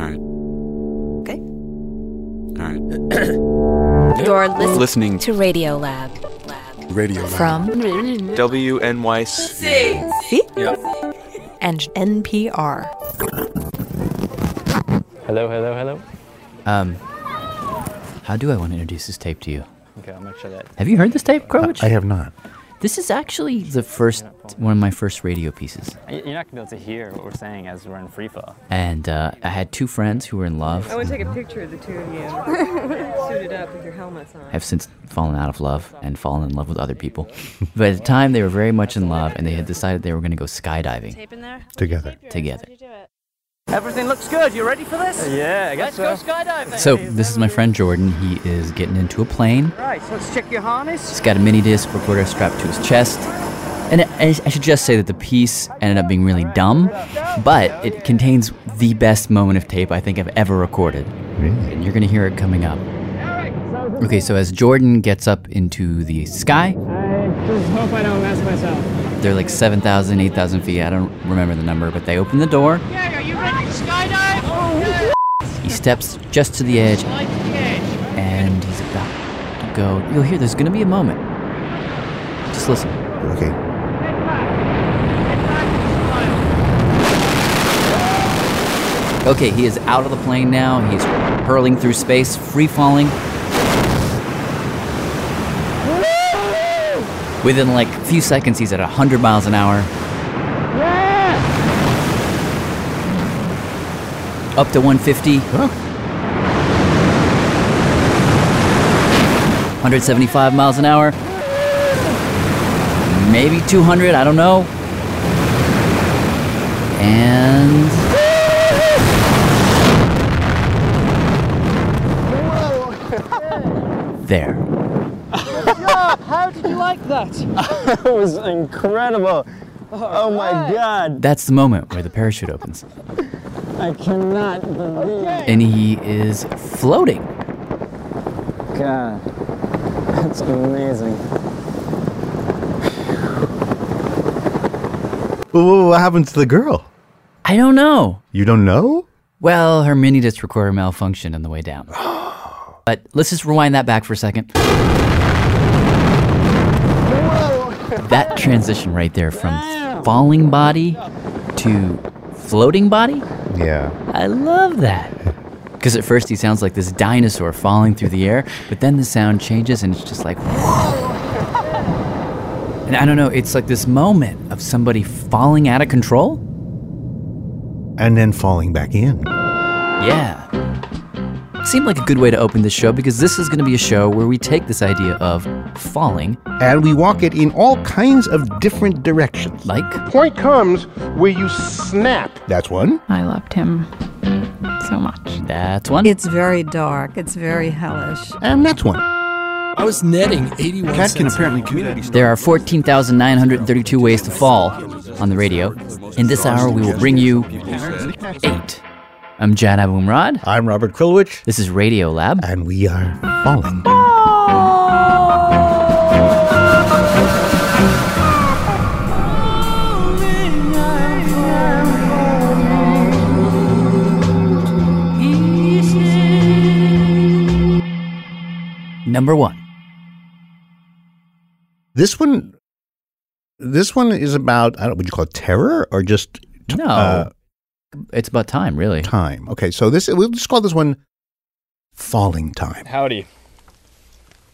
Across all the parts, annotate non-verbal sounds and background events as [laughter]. All right. Okay. All [coughs] You're listening, Listening. to Radio Lab. Lab. Radio. From Lab. WNYC. See? Yeah. And NPR. Hello, hello, hello. Um, how do I want to introduce this tape to you? Okay, I'll make sure that. Have you heard this tape, Crowich? I have not. This is actually the first, one of my first radio pieces. You're not gonna be able to hear what we're saying as we're in free fall. And uh, I had two friends who were in love, I want to take a picture of the two [laughs] of you suited up with your helmets on. have since fallen out of love and fallen in love with other people. but at the time, they were very much in love and they had decided they were going to go skydiving tape in there? Together. together. Everything looks good. You ready for this? Yeah, I guess so. skydiving. So, this is my friend Jordan. He is getting into a plane. Right, so let's check your harness. He's got a mini disc recorder strapped to his chest. And I, I should just say that the piece ended up being really dumb, but it contains the best moment of tape I think I've ever recorded. And you're going to hear it coming up. Okay, so as Jordan gets up into the sky, Hope I don't mess myself. they're like 7,000, 8,000 feet. I don't remember the number, but they open the door. Yeah, are you ready to skydive? He steps just to the edge, and he's about to go. You'll hear there's going to be a moment. Just listen. Okay. Okay, he is out of the plane now. He's hurling through space, free falling. Within like a few seconds, he's at 100 miles an hour. Up to 150. 175 miles an hour. Maybe 200, I don't know. And. there. How did you like that? That was incredible. Oh my god, That's the moment where the parachute opens. I cannot believe. And he is floating. God, that's amazing. Whoa, whoa, what happened to the girl? I don't know. You don't know? Well, her mini disc recorder malfunctioned on the way [gasps] down. But let's just rewind that back for a second. That transition right there from falling body to floating body, Yeah. I love [laughs] that. Because at first he sounds like this dinosaur falling through the air, but then the sound changes and it's just like, whoa. And I don't know, it's like this moment of somebody falling out of control. And then falling back in. Yeah. Seemed like a good way to open this show because this is going to be a show where we take this idea of falling, And we walk it in all kinds of different directions. like point comes where you snap. That's one. I loved him so much. that's one. It's very dark. It's very hellish. And that's one. I was netting 81 That can [laughs] apparently community. there are 14,932 ways to fall on the radio. In this hour, we will bring you eight. I'm Jan Abumrad. I'm Robert Krulwich. This is Radio Lab. And we are falling. Number one. This one, this one is about, I don't, would you call it terror or just, No. uh, It's about time, really. Time. Okay, so this we'll just call this one Falling Time. Howdy.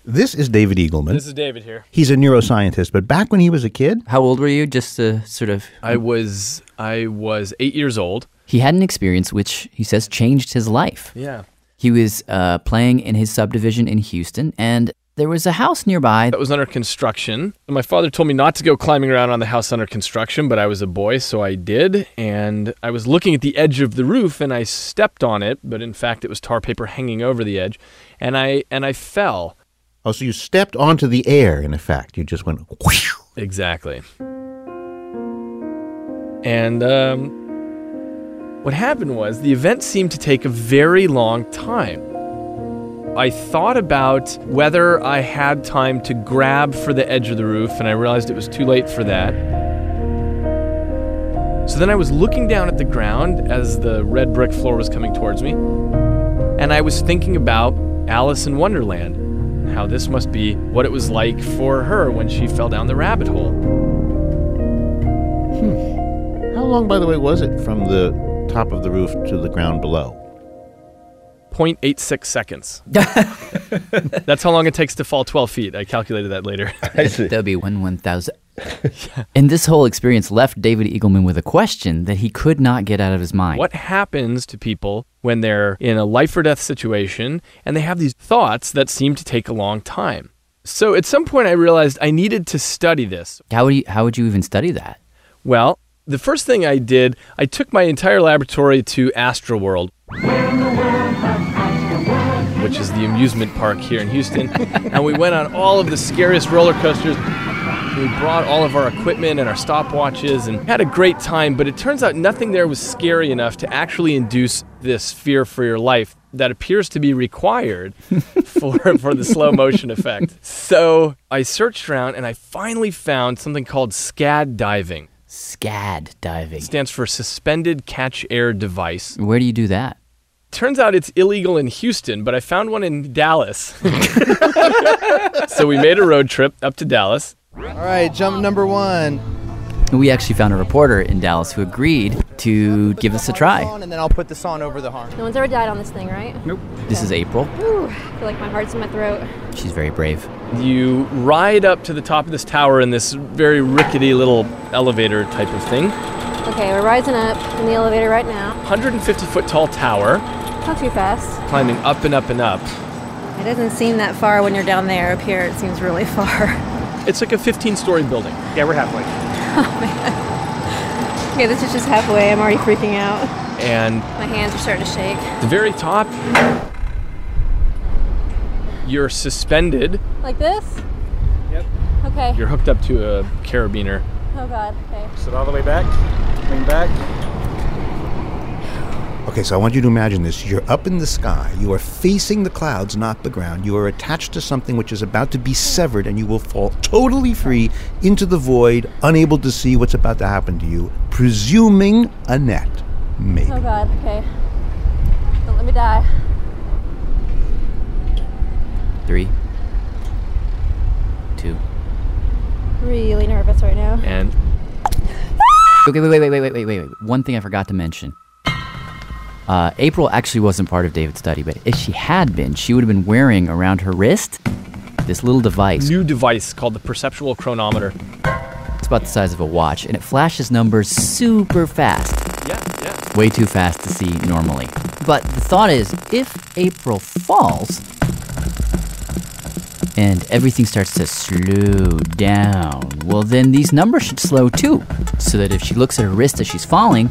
This is David Eagleman. This is David here. He's a neuroscientist, but back when he was a kid, how old were you? Just to sort of I was I was eight years old. He had an experience which he says changed his life. Yeah. He was uh, playing in his subdivision in Houston, and there was a house nearby that was under construction. My father told me not to go climbing around on the house under construction, but I was a boy, so I did. And I was looking at the edge of the roof, and I stepped on it, but in fact, it was tar paper hanging over the edge, and I and I fell. Oh, so you stepped onto the air, in effect. You just went. Whoosh. Exactly. And um, what happened was the event seemed to take a very long time. I thought about whether I had time to grab for the edge of the roof, and I realized it was too late for that. So then I was looking down at the ground as the red brick floor was coming towards me, and I was thinking about Alice in Wonderland, and how this must be what it was like for her when she fell down the rabbit hole. How long, by the way, was it from the top of the roof to the ground below? 0.86 seconds. That's how long it takes to fall 12 feet. I calculated that later. That'd be one one [laughs] thousand. And this whole experience left David Eagleman with a question that he could not get out of his mind. What happens to people when they're in a life or death situation and they have these thoughts that seem to take a long time? So at some point, I realized I needed to study this. How would you, how would you even study that? Well, the first thing I did, I took my entire laboratory to Astroworld, which is the amusement park here in Houston, and we went on all of the scariest roller coasters. We brought all of our equipment and our stopwatches and had a great time, but it turns out nothing there was scary enough to actually induce this fear for your life that appears to be required for, for the slow motion effect. So I searched around and I finally found something called SCAD diving. SCAD diving. stands for Suspended Catch Air Device. Where do you do that? Turns out it's illegal in Houston, but I found one [laughs] in Dallas. [laughs] so we made a road trip up to Dallas. All right, jump number one. And we actually found a reporter in Dallas who agreed to give us a try. On, and then I'll put this on over the harness. No one's ever died on this thing, right? Nope. This is April. Ooh, I feel like my heart's in my throat. She's very brave. You ride up to the top of this tower in this very rickety little elevator type of thing. Okay, we're rising up in the elevator right now. 150 foot tall tower, Not too fast. climbing up and up and up. It doesn't seem that far when you're down there. Up here, it seems really [laughs] far. It's like a 15 story building. Yeah, we're halfway. okay, this is just halfway. I'm already freaking out. And My hands are starting to shake. at the very top, you're suspended. Like this? Yep. Okay. You're hooked up to a carabiner. Oh God. Okay. Sit all the way back. Lean back. Okay, so I want you to imagine this. You're up in the sky. You are facing the clouds, not the ground. You are attached to something which is about to be severed, and you will fall totally free into the void, unable to see what's about to happen to you, presuming a net. Maybe. Oh God. Okay. Don't let me die. Three, two. Really nervous right now. And Okay, wait, wait, wait, wait, wait, wait, wait. wait. One thing I forgot to mention. Uh, April actually wasn't part of David's study, but if she had been, she would have been wearing around her wrist this little device. new device called the perceptual chronometer. It's about the size of a watch, and it flashes numbers super fast. Yeah, yeah. way too fast to see normally. But the thought is if April falls and everything starts to slow down, well, then these numbers should slow too. So that if she looks at her wrist as she's falling,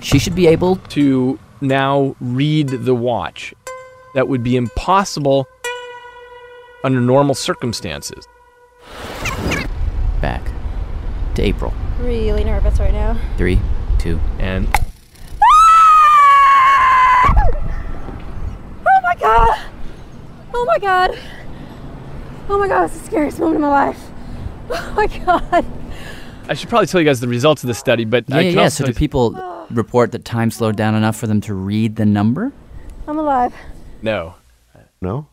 she should be able. To now read the watch. That would be impossible under normal circumstances. Back to April. Really nervous right now. Three, two. And Oh my God. Oh my God. Oh my God. It's the scariest moment of my life. [laughs] Oh my God. I should probably tell you guys the results of the study, but Yeah, I yeah, can yeah. also So do tell you- people report that time slowed down enough for them to read the number? I'm alive. no. No?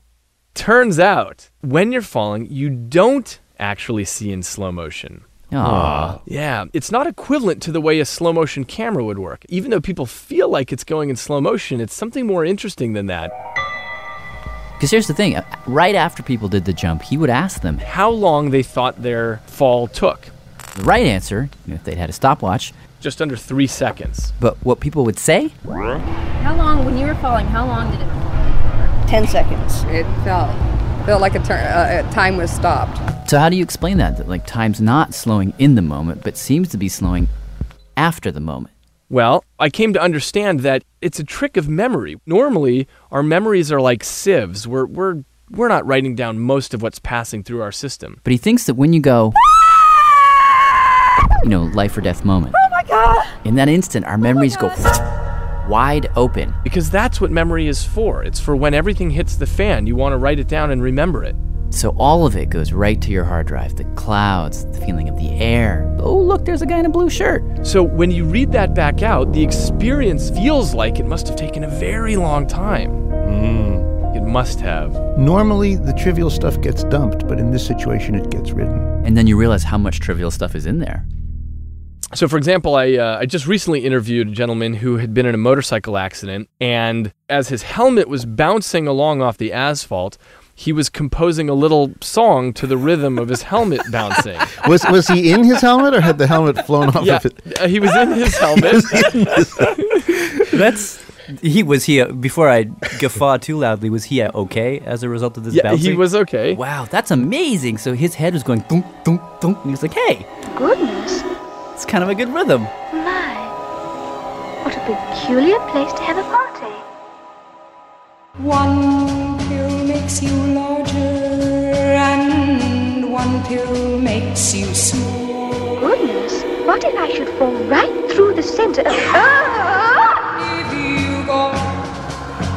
Turns out, when you're falling, you don't actually see in slow motion. Aw. Yeah, it's not equivalent to the way a slow motion camera would work. Even though people feel like it's going in slow motion, it's something more interesting than that. Because here's the thing uh, right after people did the jump, he would ask them how long they thought their fall took. The right answer, you know, if they'd had a stopwatch, just under three seconds. But what people would say? How long, when you were falling, how long did it? 10 seconds. It felt felt like a, tur- uh, uh, time was stopped. So, how do you explain that? That, like, time's not slowing in the moment, but seems to be slowing after the moment. Well, I came to understand that it's a trick of memory. Normally, our memories are like sieves. We're, we're, we're not writing down most of what's passing through our system. But he thinks that when you go, you know, life or death moment, Oh my god! Oh in that instant, our memories go wide open. Because that's what memory is for. It's for when everything hits the fan, you want to write it down and remember it. So, all of it goes right to your hard drive the clouds, the feeling of the air. Oh, look, there's a guy in a blue shirt. So when you read that back out, the experience feels like it must have taken a very long time. Hmm. It must have. Normally, the trivial stuff gets dumped, but in this situation, it gets written. And then you realize how much trivial stuff is in there. So, for example, I, uh, I just recently interviewed a gentleman who had been in a motorcycle accident, and as his helmet was bouncing along off the asphalt, he was composing a little song to the rhythm of [laughs] his helmet bouncing. Was was he in his helmet, or had the helmet flown off [laughs] Yeah, of it? uh, he was in his [laughs] helmet. That's he was he uh, before I [laughs] guffaw too loudly. Was he uh, okay as a result of this? Yeah, he bouncing? was okay. Wow, that's amazing. So his head was going thunk, thunk, thunk. And he was like, hey, Goodness, it's kind of a good rhythm. my. What a peculiar place to have a party. One pill makes you larger, and one pill makes you small. Goodness, what if I should fall right through the center of. If you go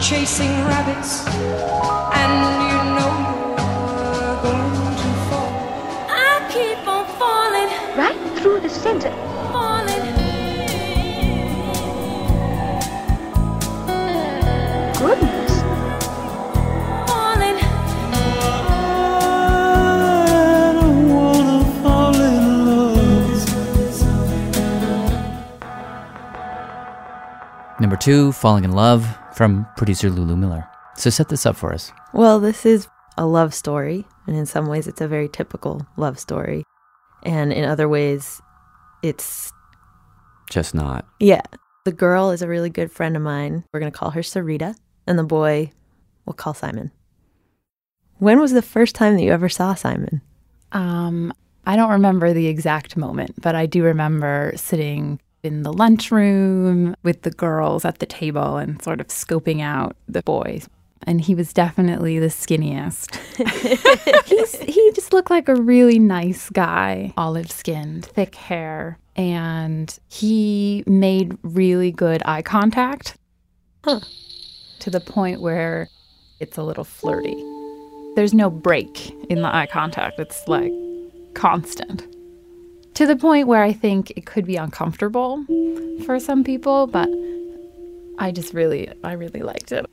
chasing rabbits, and you know you're going to fall. I keep on falling, right through the center. Goodness. Number two, Falling in Love from producer Lulu Miller. So set this up for us. Well, this is a love story, and in some ways, it's a very typical love story. And in other ways, it's, Just not. yeah. The girl is a really good friend of mine. We're going to call her Sarita, and the boy, we'll call Simon. [laughs] When was the first time that you ever saw Simon? Um, I don't remember the exact moment, but I do remember sitting in the lunchroom with the girls at the table and sort of scoping out the boys. And he was definitely the skinniest. He's, he just looked like a really nice guy, olive skinned, thick hair. And he made really good eye contact to the point where it's a little flirty. There's no break in the eye contact. It's like constant. To the point where I think it could be uncomfortable for some people, but I just really I really liked it.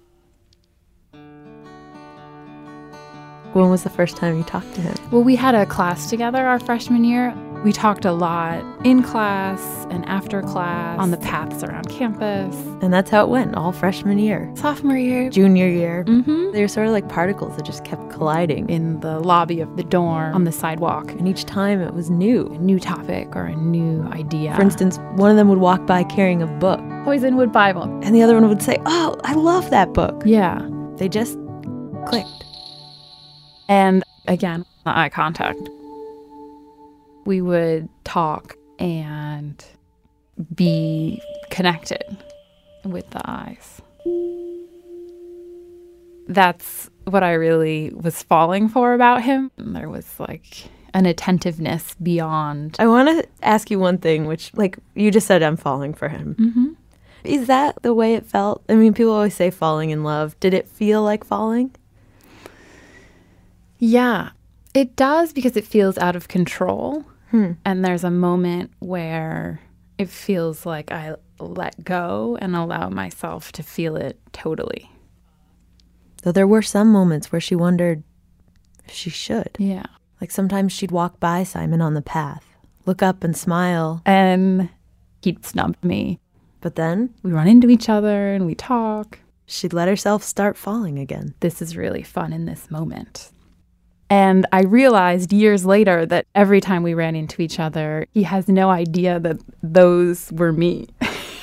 When was the first time you talked to him? Well, we had a class together our freshman year. We talked a lot in class and after class on the paths around campus. And that's how it went all freshman year, Sophomore year, junior year. Mhm. They were sort of like particles that just kept colliding. in the lobby of the dorm, on the sidewalk, And each time it was new. a new topic or a new idea. For instance, one of them would walk by carrying a book, Poisonwood Bible. and the other one would say, Oh, I love that book. Yeah. They just clicked. And again, the eye contact. We would talk and be connected with the eyes. That's what I really was falling for about him. There was like an attentiveness beyond. I want to ask you one thing, which, like, you just said, I'm falling for him. Mhm. Is that the way it felt? I mean, people always say falling in love. Did it feel like falling? Yeah, it does because it feels out of control. Hmm. And there's a moment where it feels like I let go and allow myself to feel it totally. Though there were some moments where she wondered if she should. Yeah. Like, sometimes she'd walk by Simon on the path, look up and smile. And Um, he'd snubbed me. But then we run into each other and we talk. She'd let herself start falling again. This is really fun in this moment. And I realized years later that every time we ran into each other, he has no idea that those were me.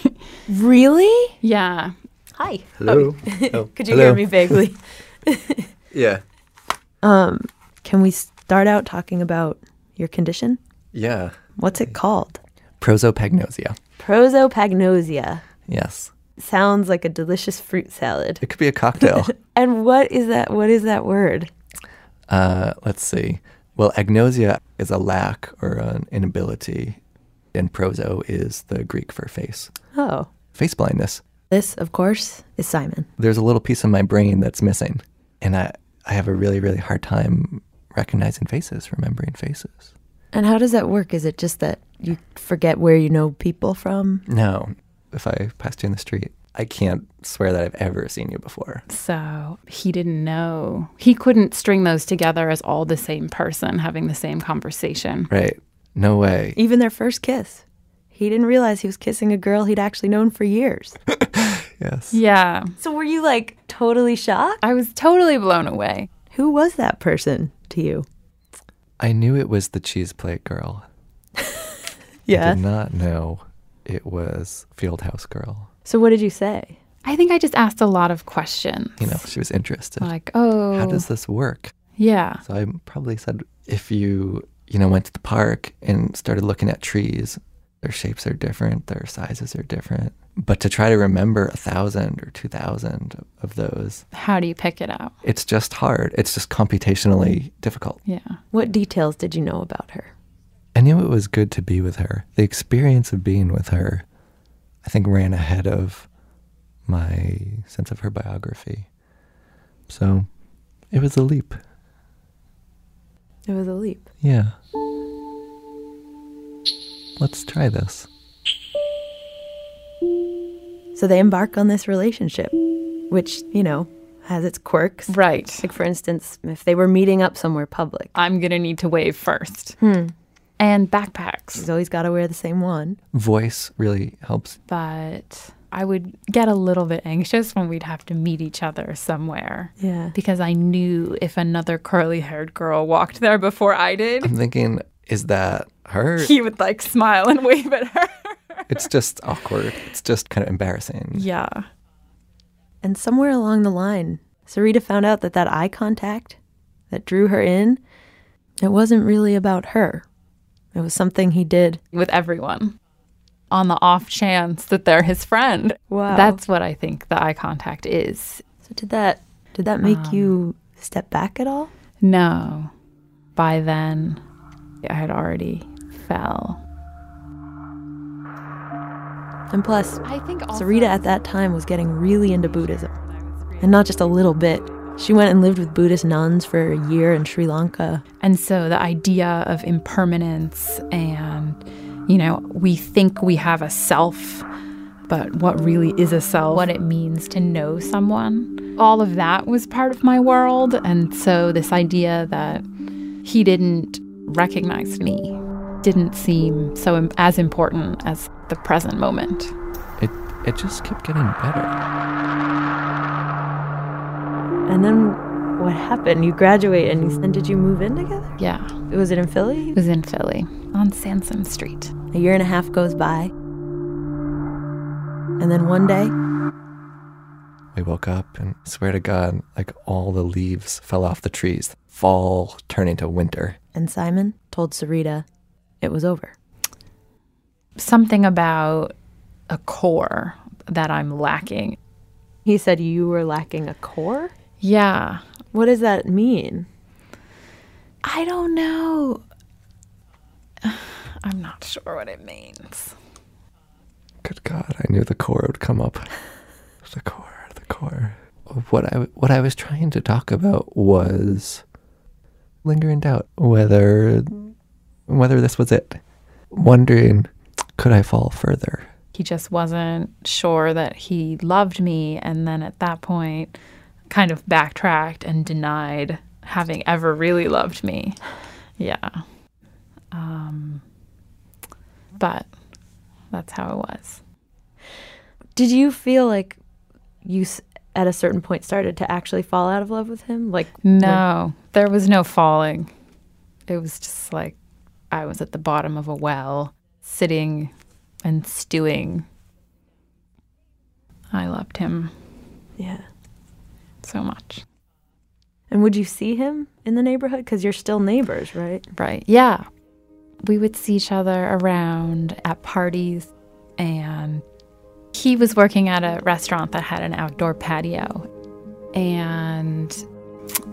[laughs] really? Yeah. Hi. Hello. Oh, [laughs] Could you hear [laughs] me vaguely? [laughs] yeah. Um, can we start out talking about your condition? Yeah. What's it called? Prosopagnosia. Prosopagnosia. Yes. Sounds like a delicious fruit salad. It could be a [laughs] cocktail. and what is that what is that word? Uh, let's see. Well, agnosia is a lack or an inability, and proso is the Greek for face. Oh. Face blindness. This, of course, is Simon. There's a little piece of my brain that's missing, and I, I have a really, really hard time recognizing faces, remembering faces. And how does that work? Is it just that you forget where you know people from? No, if I passed you in the street, I can't swear that I've ever seen you before. So he didn't know. He couldn't string those together as all the same person having the same conversation. Right. No way. Even their first kiss. He didn't realize he was kissing a girl he'd actually known for years. yes. Yeah. So were you like totally shocked? I was totally blown away. Who was that person to you? I knew it was the cheese plate [laughs] girl. Yeah. I did not know it was Fieldhouse Girl. So what did you say? I think I just asked a lot of questions. You know, she was interested. Like, oh. How does this work? Yeah. So I probably said, if you, you know, went to the park and started looking at trees, their shapes are different, their sizes are different. But to try to remember a thousand or two thousand of those, How do you pick it out? it's just hard. It's just computationally difficult. Yeah. What details did you know about her? I knew it was good to be with her. The experience of being with her, I think, ran ahead of my sense of her biography. So it was a leap. It was a leap. Yeah. Let's try this. So they embark on this relationship, which, you know, has its quirks. Right. Like, for instance, if they were meeting up somewhere public, I'm going to need to wave first. Hmm. And backpacks. he's always got to wear the same one. Voice really helps. But I would get a little bit anxious when we'd have to meet each other somewhere. Yeah. Because I knew if another curly haired girl walked there before I did, I'm thinking, is that [laughs] her? he would like smile and [laughs] wave at her. it's just awkward. It's just kind of embarrassing. Yeah. And somewhere along the line, Sarita found out that that eye contact that drew her in, it wasn't really about her. It was something he did. With everyone. On the off chance that they're his friend. Wow. That's what I think the eye contact is. So did that did that make you step back at all? No. By then, I had already fell. And plus, Um, I think also- Sarita at that time was getting really into Buddhism. And not just a little bit. She went and lived with Buddhist nuns for a year in Sri Lanka. And so the idea of impermanence and, you know, we think we have a self, but what really is a self, what it means to know someone, all of that was part of my world. And so this idea that he didn't recognize me didn't seem so im- as important as the present moment. It, it just kept getting better. And then what happened? You graduate and, and did you move in together? Yeah. Was it in Philly? It was in Philly on Sansom Street. A year and a half goes by. And then one day, We woke up and swear to God, like all the leaves fell off the trees. Fall turned into winter. and Simon told Sarita it was over. Something about a core that I'm lacking. He said you were lacking a core? Yeah. What does that mean? I don't know. I'm not sure what it means. Good God, I knew the core would come up. [laughs] The core, the core. What I what I was trying to talk about was lingering doubt whether whether this was it. Wondering could I fall further? He just wasn't sure that he loved me. And then at that point, kind of backtracked and denied having ever really loved me. Yeah. Um, But that's how it was. Did you feel like you s- at a certain point started to actually fall out of love with him? Like when- No, there was no falling. It was just like I was at the bottom of a well, sitting and stewing. I loved him yeah. so much. And would you see him in the neighborhood? Because you're still neighbors, right? Right. Yeah. We would see each other around at parties, and he was working at a restaurant that had an outdoor patio. And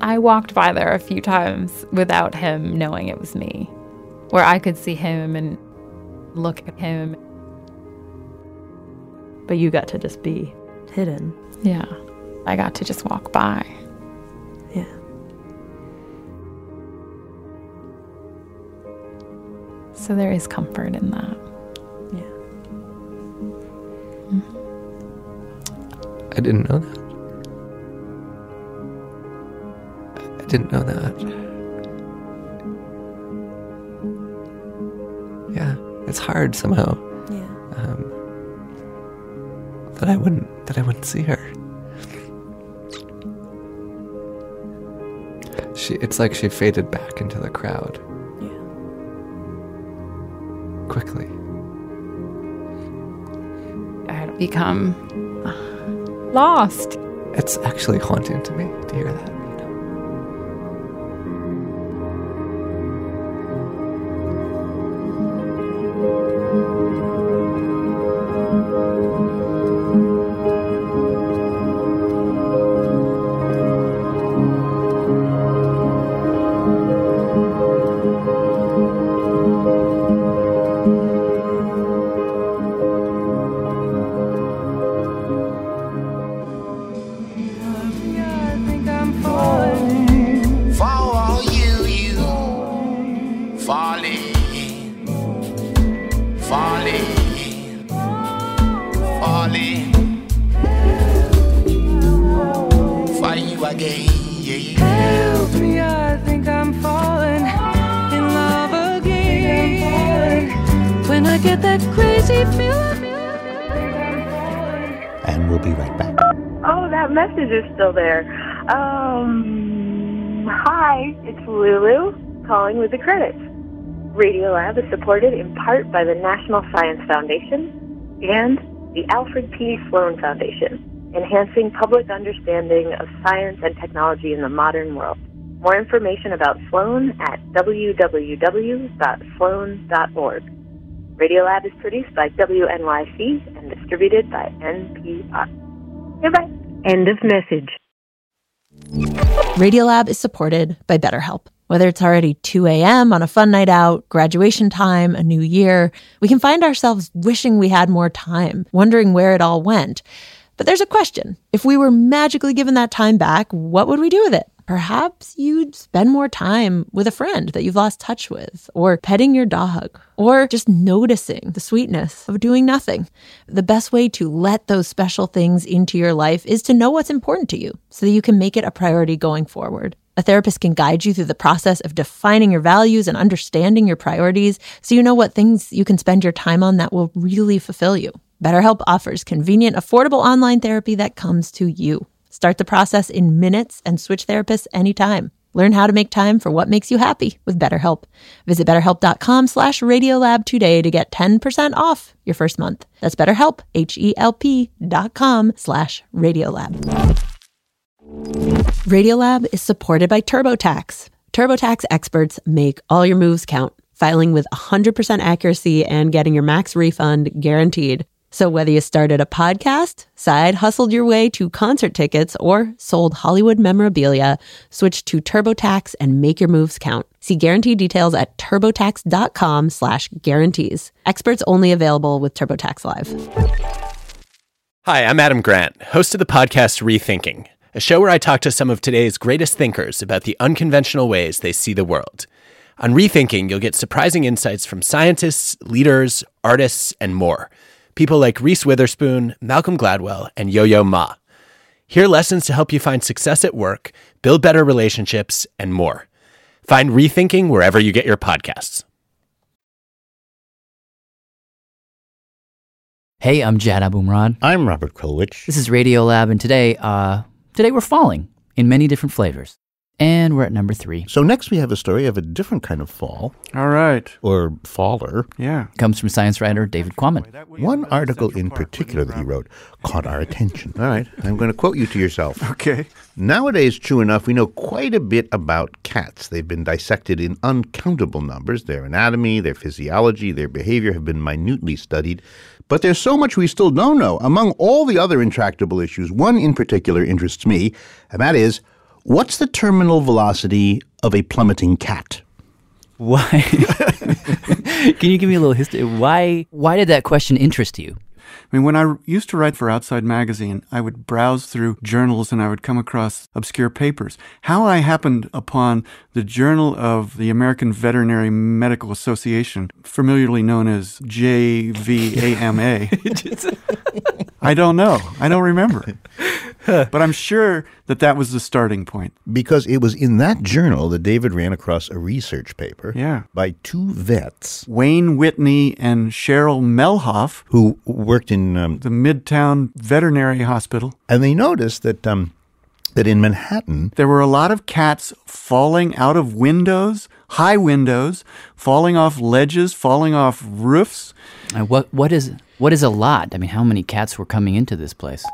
I walked by there a few times without him knowing it was me, where I could see him and look at him. But you got to just be hidden. Yeah. I got to just walk by. Yeah. So there is comfort in that. I didn't know that. I didn't know that. Yeah, it's hard somehow. Yeah. Um, that I wouldn't that I wouldn't see her. She it's like she faded back into the crowd. Yeah. Quickly. I had become lost. It's actually haunting to me to hear that. For all you, you falling, falling, falling. For you again. Help me, I think I'm falling in love again. When I get that crazy feeling. And we'll be right back. Oh, that message is still there. Um, hi, it's Lulu calling with the credits. Radiolab is supported in part by the National Science Foundation and the Alfred P. Sloan Foundation, enhancing public understanding of science and technology in the modern world. More information about Sloan at www.sloan.org. Radiolab is produced by WNYC and distributed by NPR. Goodbye. End of message. Radiolab is supported by BetterHelp. Whether it's already 2 a.m. on a fun night out, graduation time, a new year, we can find ourselves wishing we had more time, wondering where it all went. But there's a question. If we were magically given that time back, what would we do with it? Perhaps you'd spend more time with a friend that you've lost touch with, or petting your dog, or just noticing the sweetness of doing nothing. The best way to let those special things into your life is to know what's important to you so that you can make it a priority going forward. A therapist can guide you through the process of defining your values and understanding your priorities so you know what things you can spend your time on that will really fulfill you. BetterHelp offers convenient, affordable online therapy that comes to you. Start the process in minutes and switch therapists anytime. Learn how to make time for what makes you happy with BetterHelp. Visit betterhelp.com slash radiolab today to get 10% off your first month. That's betterhelp, H-E-L-P dot com slash radiolab. Radiolab is supported by TurboTax. TurboTax experts make all your moves count, filing with 100% accuracy and getting your max refund guaranteed. So whether you started a podcast, side hustled your way to concert tickets, or sold Hollywood memorabilia, switch to TurboTax and make your moves count. See guarantee details at turbotax.com slash guarantees. Experts only available with TurboTax Live. Hi, I'm Adam Grant, host of the podcast Rethinking, a show where I talk to some of today's greatest thinkers about the unconventional ways they see the world. On Rethinking, you'll get surprising insights from scientists, leaders, artists, and more. People like Reese Witherspoon, Malcolm Gladwell, and Yo Yo Ma. Hear lessons to help you find success at work, build better relationships, and more. Find Rethinking wherever you get your podcasts. Hey, I'm Jad Abumrad. I'm Robert Krulwich. This is Radiolab, and today, uh, today we're falling in many different flavors. And we're at number three. So next we have a story of a different kind of fall. All right. Or faller. Yeah. Comes from science writer David Quammen. One article in particular that he wrote caught our attention. All right, I'm going to quote you to yourself. Okay. Nowadays, true enough, we know quite a bit about cats. They've been dissected in uncountable numbers. Their anatomy, their physiology, their behavior have been minutely studied. But there's so much we still don't know. Among all the other intractable issues, one in particular interests me, and that is what's the terminal velocity of a plummeting cat? Why? Can you give me a little history? Why? Why did that question interest you? I mean, when I used to write for Outside Magazine, I would browse through journals and I would come across obscure papers. How I happened upon the Journal of the American Veterinary Medical Association, familiarly known as [laughs] [laughs] JVAMA, I don't know. I don't remember. but I'm sure that that was the starting point. Because it was in that journal that David ran across a research paper Yeah. by two vets, Wayne Whitney and Cheryl Melhoff, who worked in um, the Midtown Veterinary Hospital, and they noticed that um, that in Manhattan there were a lot of cats falling out of windows, high windows, falling off ledges, falling off roofs. And what what is what is a lot? I mean, how many cats were coming into this place?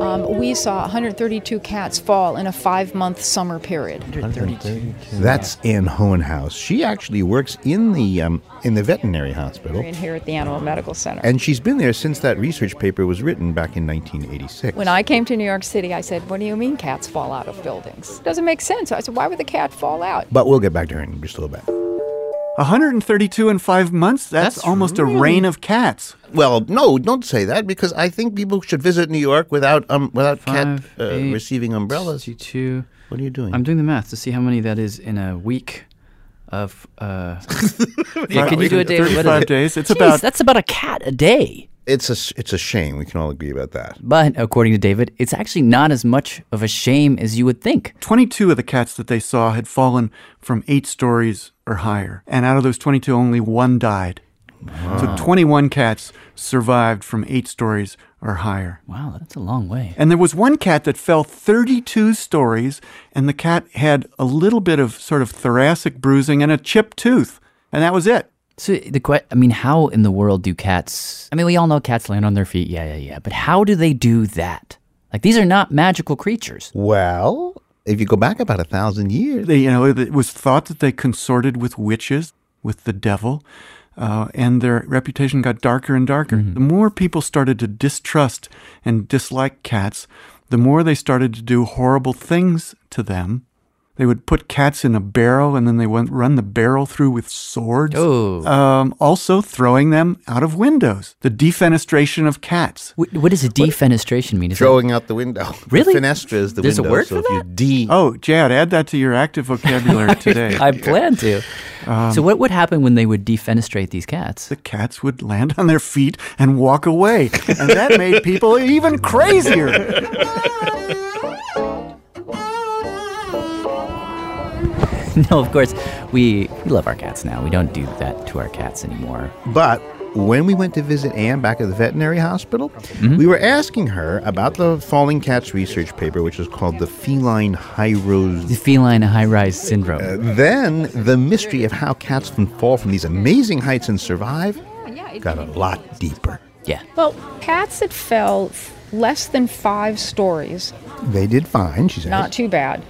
Um, we saw 132 cats fall in a five month summer period. 132. That's Ann Hohenhaus. She actually works in the um, in the veterinary hospital, In here at the Animal Medical Center. and she's been there since that research paper was written back in 1986. when I came to New York City, I said, What do you mean cats fall out of buildings? Doesn't make sense. I said, Why would the cat fall out? But we'll get back to her in just a little bit. 132 in five months? That's, almost a reign of cats. Well, no, don't say that because I think people should visit New York without um without cat uh, receiving umbrellas. Two. What are you doing? I'm doing the math to see how many that is in a week of. [laughs] Uh, yeah, can you do a day? Jeez, That's about a cat a day. It's a s- it's a shame. We can all agree about that. But according to David, it's actually not as much of a shame as you would think. 22 of the cats that they saw had fallen from eight stories or higher. And out of those 22, only one died. Wow. So 21 cats survived from eight stories or higher. Wow, that's a long way. And there was one cat that fell 32 stories, and the cat had a little bit of sort of thoracic bruising and a chipped tooth. And that was it. So the que- I mean, how in the world do cats? I mean, we all know cats land on their feet. Yeah, yeah, yeah. But how do they do that? Like these are not magical creatures. Well, if you go back about a thousand years, They, you know, it was thought that they consorted with witches, with the devil, uh, and their reputation got darker and darker. Mm-hmm. The more people started to distrust and dislike cats, the more they started to do horrible things to them. They would put cats in a barrel and then they went run the barrel through with swords. Oh. Um, also throwing them out of windows. The defenestration of cats. what does a defenestration mean? throwing out the window. Really? Fenestra is the There's a window. word so for if you de Oh, Jad, add that to your active vocabulary today. [laughs] I plan to. Um, so what would happen when they would defenestrate these cats? The cats would land on their feet and walk away. And [laughs] that made people even crazier. no, of course, we, we love our cats now. We don't do that to our cats anymore. But when we went to visit Anne back at the veterinary hospital, Mm-hmm. we were asking her about the Falling Cats research paper, which is called the Feline High Rose. The Feline High Rise Syndrome. then the mystery of how cats can fall from these amazing heights and survive Oh, got a lot deeper. Yeah. Well, cats that fell f- less than five stories, They did fine, she says. not too bad.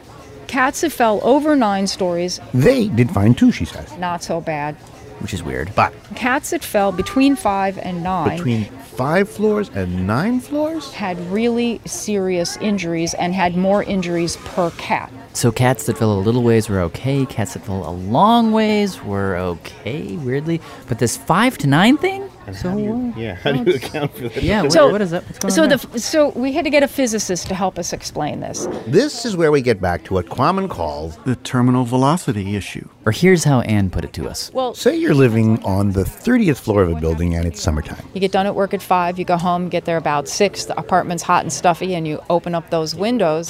Cats that fell over nine stories, they did fine too, she says. not so bad. Which is weird. But Cats that fell between five and nine between five floors and nine floors? had really serious injuries and had more injuries per cat. So cats that fell a little ways were okay. Cats that fell a long ways were okay, weirdly. But this five to nine thing? So yeah, how do you account for that? Yeah, what- what is that? What's going so on the f- so we had to get a physicist to help us explain this. This is where we get back to what Quammen calls the terminal velocity issue. Or here's how Anne put it to us. Well- say you're living on the 30th floor of a building and it's summertime. You get done at work at five, you go home, get there about six, the apartment's hot and stuffy, and you open up those windows.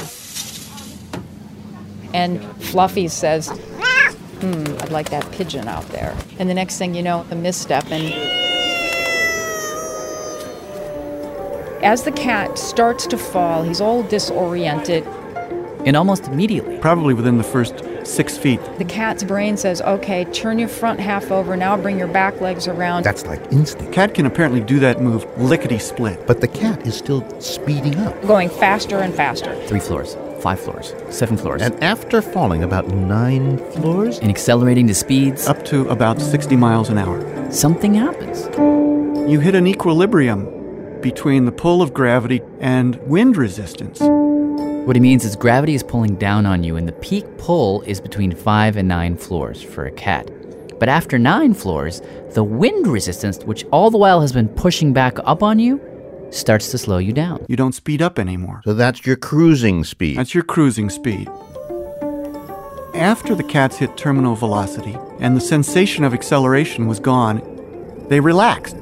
And Fluffy says, Hmm, I'd like that pigeon out there. And the next thing you know, the misstep, and As the cat starts to fall, he's all disoriented. And almost immediately. Probably within the first six feet. The cat's brain says, okay, turn your front half over, now bring your back legs around. That's like instinct. Cat can apparently do that move lickety split. But the cat is still speeding up. going faster and faster. Three floors, five floors, seven floors. And after falling about nine floors and accelerating to speeds up to about 60 miles an hour, something happens. You hit an equilibrium between the pull of gravity and wind resistance. What he means is gravity is pulling down on you, and the peak pull is between five and nine floors for a cat. But after nine floors, the wind resistance, which all the while has been pushing back up on you, starts to slow you down. You don't speed up anymore. So that's your cruising speed. That's your cruising speed. After the cats hit terminal velocity and the sensation of acceleration was gone, they relaxed.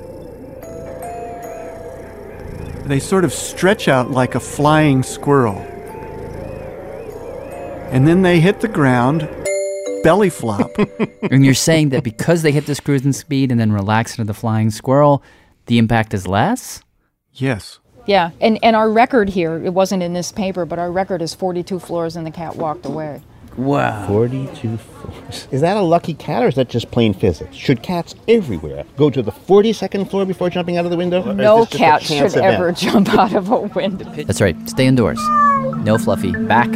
They sort of stretch out like a flying squirrel. And then they hit the ground, belly flop. [laughs] and you're saying that because they hit this cruising speed and then relax into the flying squirrel, the impact is less? Yes. Yeah, and, and our record here, it wasn't in this paper, but our record is 42 floors and the cat walked away. Wow. 42 floors. Is that a lucky cat or is that just plain physics? Should cats everywhere go to the 42nd floor before jumping out of the window? Or is No this just a cat chance should ever event? jump [laughs] out of a window. That's right. Stay indoors. No fluffy. Back.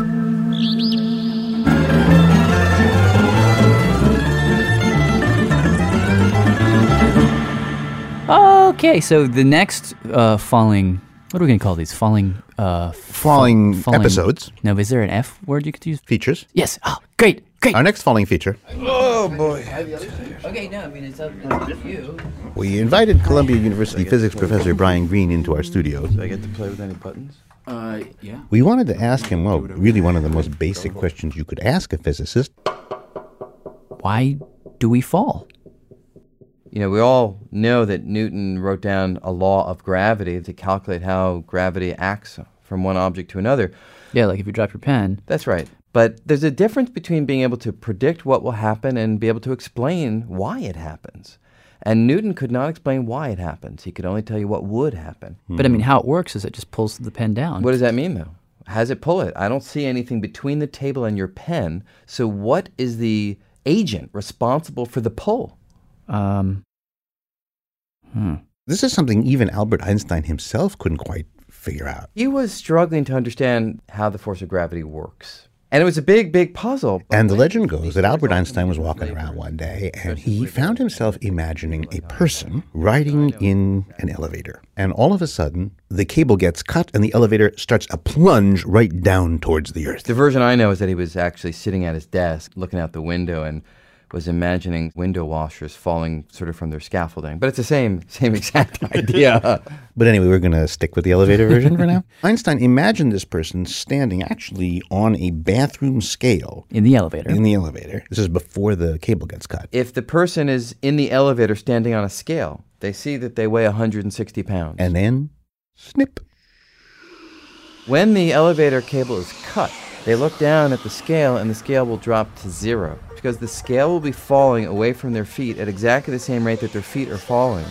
Okay, so the next uh, falling. What are we going to call these? Falling. Uh, Falling episodes. No, is there an F word you could use? Features. Yes. Oh, great. Great. Our next falling feature. Oh, boy. Okay, no, I mean, it's up to you. We invited Columbia University physics professor Brian Green into our studio. I get to play with any buttons? Uh, yeah. We wanted to ask him, well, really one of the most basic questions you could ask a physicist. Why do we fall? You know, we all know that Newton wrote down a law of gravity to calculate how gravity acts from one object to another. Yeah, like if you drop your pen. That's right. But there's a difference between being able to predict what will happen and be able to explain why it happens. And Newton could not explain why it happens. He could only tell you what would happen. But I mean, how it works is it just pulls the pen down. What does that mean, though? How's it pull it? I don't see anything between the table and your pen. So, what is the agent responsible for the pull? Um, hmm. This is something even Albert Einstein himself couldn't quite figure out. He was struggling to understand how the force of gravity works. And it was a big, big puzzle. And the legend goes that Albert Einstein was walking around one day and he found himself imagining a person riding in an elevator. And all of a sudden, the cable gets cut and the elevator starts a plunge right down towards the earth. The version I know is that he was actually sitting at his desk looking out the window and was imagining window washers falling sort of from their scaffolding. But it's the same, same [laughs] exact idea. But anyway, we're going to stick with the elevator version for now. [laughs] Einstein imagined this person standing actually on a bathroom scale in the elevator. In the elevator. This is before the cable gets cut. if the person is in the elevator standing on a scale, they see that they weigh 160 pounds. And then When the elevator cable is cut, they look down at the scale and the scale will drop to zero because the scale will be falling away from their feet at exactly the same rate that their feet are falling.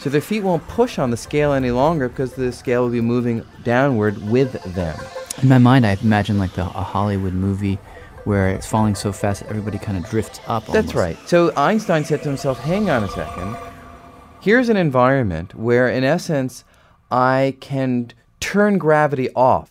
So their feet won't push on the scale any longer because the scale will be moving downward with them. In my mind, I imagine like the, a Hollywood movie where it's falling so fast that everybody kind of drifts up. That's almost. right. So Einstein said to himself, hang on a second. Here's an environment where, in essence, I can turn gravity off.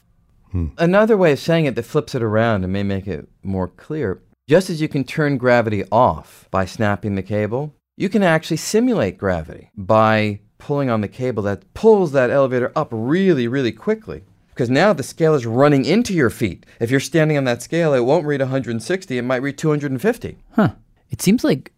Another way of saying it that flips it around and may make it more clear just as you can turn gravity off by snapping the cable, you can actually simulate gravity by pulling on the cable that pulls that elevator up really, really quickly. Because now the scale is running into your feet. If you're standing on that scale, it won't read 160, it might read 250. Huh. It seems like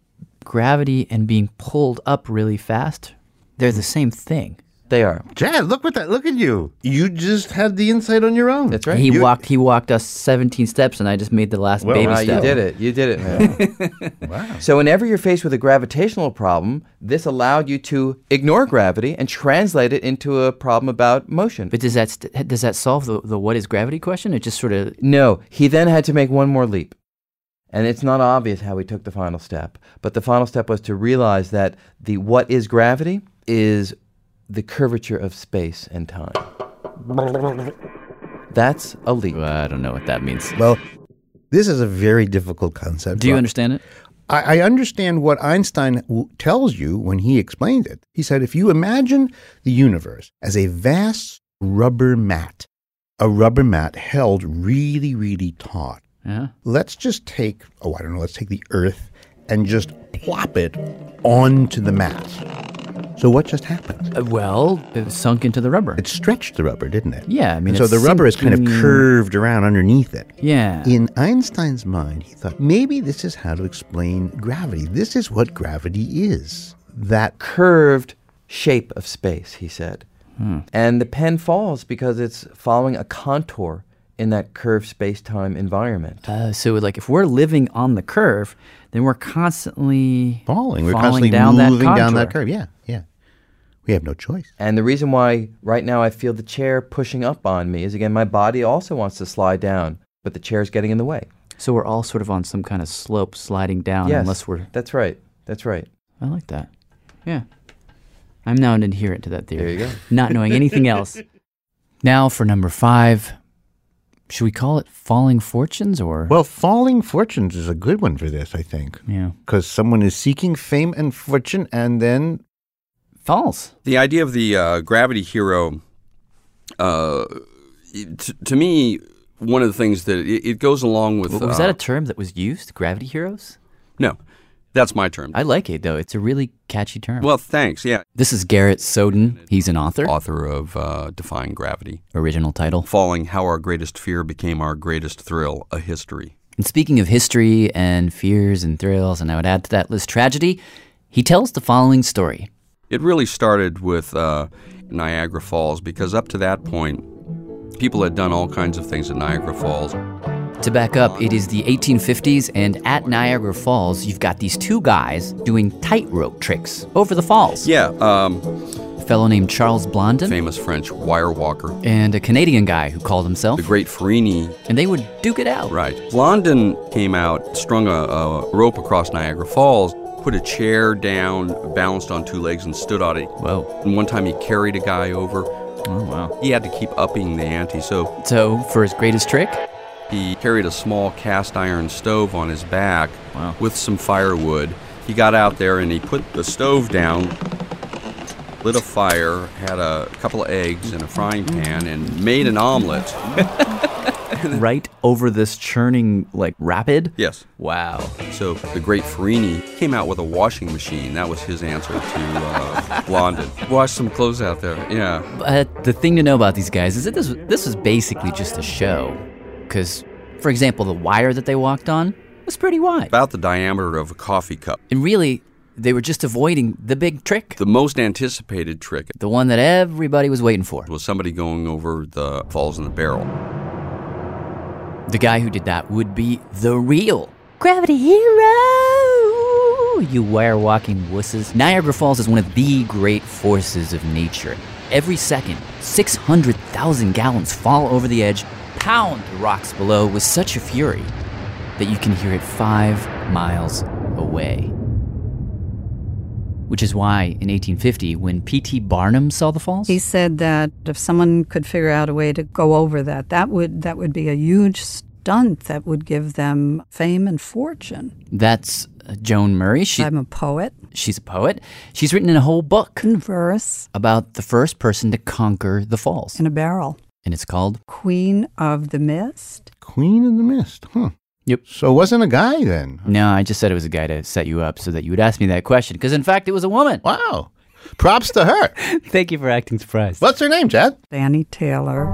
gravity and being pulled up really fast, they're the same thing. They are. Chad, look what that look at you. You just had the insight on your own. That's He walked. He walked us 17 steps, and I just made the last Well, baby wow, step. you did it. You did it, man. So whenever you're faced with a gravitational problem, this allowed you to ignore gravity and translate it into a problem about motion. But does that st- does that solve the, the what is gravity question? It just sort of No, he then had to make one more leap. And it's not obvious how he took the final step, but the final step was to realize that the what is gravity is the curvature of space and time. That's a leap. I don't know what that means. Well, this is a very difficult concept. Do you Rob. understand it? I, I understand what Einstein w- tells you when he explained it. He said, if you imagine the universe as a vast rubber mat, a rubber mat held really, really taut. Yeah. Let's just take, oh, I don't know, let's take the Earth and just plop it onto the mat. So what just [laughs] happened? well, it sunk into the rubber. It stretched the rubber, didn't it? Yeah, I mean, And so it's the rubber is kind of sinking- curved around underneath it. Yeah. In Einstein's mind, he thought maybe this is how to explain gravity. This is what gravity is. that curved shape of space, he said. Hmm. And the pen falls because it's following a contour in that curved space time environment. Uh, so, like, if we're living on the curve, then we're constantly falling. We're falling constantly down that moving down that contour. curve. Yeah, yeah. We have no choice. And the reason why right now I feel the chair pushing up on me is again, my body also wants to slide down, but the chair's getting in the way. So we're all sort of on some kind of slope sliding down, Yes, unless we're. That's right. That's right. I like that. Yeah. I'm now an adherent to that theory. There you go. [laughs] Not knowing anything else. Now for number five. Should we call it Falling Fortunes or? Well, falling fortunes is a good one for this, I think. Yeah. Because someone is seeking fame and fortune and then falls. The idea of the uh, gravity hero, uh, t- to me, one of the things that it, it goes along with. W- was uh, that a term that was used? Gravity heroes? No, that's my term. I like it though. It's a really catchy term. Well, thanks. Yeah. This is Garrett Soden. He's an author. Author of uh, Defying Gravity. Original title. Falling How Our Greatest Fear Became Our Greatest Thrill, a history. And speaking of history and fears and thrills, and I would add to that list tragedy, he tells the following story. It really started with uh, Niagara Falls because up to that point, people had done all kinds of things at Niagara Falls. To back up, it is the 1850s, and at Niagara Falls, you've got these two guys doing tightrope tricks over the falls. Yeah. Um, a fellow named Charles Blondin. Famous French wire walker. And a Canadian guy who called himself. The Great Farini. And they would duke it out. Right. Blondin came out, strung a, a rope across Niagara Falls, put a chair down, balanced on two legs, and stood on it. Whoa. And one time he carried a guy over. Oh, wow. He had to keep upping the ante, so. So, for his greatest trick? He carried a small cast iron stove on his back with some firewood. He got out there and he put the stove down, lit a fire, had a couple of eggs in a frying pan, and made an omelet. [laughs] right over this churning, like, rapid? Yes. Wow. So the great Farini came out with a washing machine. That was his answer to [laughs] uh, Blondin. Wash some clothes out there. Yeah. But Uh, the thing to know about these guys is that this this was basically just a show, because, for example, the wire that they walked on was pretty wide, about the diameter of a coffee cup, and really they were just avoiding the big trick, the most anticipated trick. the one that everybody was waiting for. Was somebody going over the falls in the barrel? The guy who did that would be the real Gravity hero! Ooh, you wire walking wusses. Niagara Falls is one of the great forces of nature. Every second, 600,000 gallons fall over the edge, pound the rocks below with such a fury that you can hear it five miles away. Which is why, in 1850, when P.T. Barnum saw the falls, He said that if someone could figure out a way to go over that, that would that would be a huge stunt that would give them fame and fortune. that's uh, Joan Murray. She, I'm a poet. she's a poet. She's written in a whole book In verse, about the first person to conquer the falls, in a barrel. and it's called Queen of the Mist. Queen in the Mist. Huh. Yep. So it wasn't a guy then. No, I just said it was a guy to set you up so that you would ask me that question. Because in fact, it was a woman. Wow. Props to her. [laughs] Thank you for acting surprised. What's her name, Chad? Annie Taylor.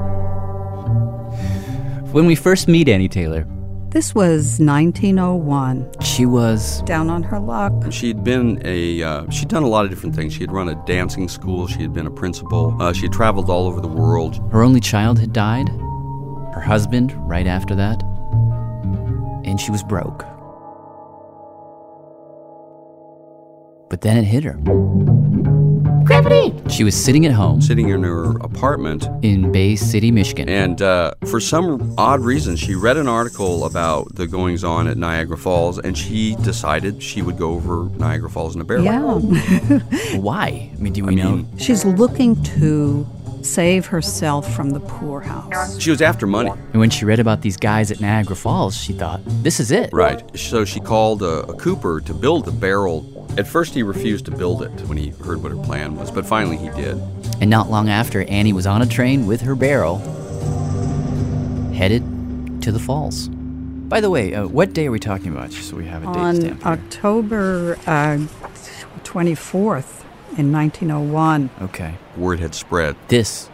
When we first meet Annie Taylor, This was 1901. she was Down on her luck. She'd been a uh, she'd done a lot of different things. She had run a dancing school. She had been a principal. Uh, she had traveled all over the world. her only child had died, her husband right after that, and she was broke. But then it hit her. Gravity gravity. She was sitting at home. Sitting in her apartment. In Bay City, Michigan. And uh, for some odd reason, she read an article about the goings on at Niagara Falls, and she decided she would go over Niagara Falls in a barrel. Yeah. Why? I mean, do we know? [laughs] She's looking to save herself from the poorhouse. She was after money. And when she read about these guys at Niagara Falls, she thought, this is it. Right. So she called uh, a, a cooper to build the barrel. At first, he refused to build it when he heard what her plan was, but finally he did. And not long after, Annie was on a train with her barrel, headed to the falls. By the way, uh, what day are we talking about? Just so we have a date stamp. On October uh, 24th in 1901, Okay. Word had spread. This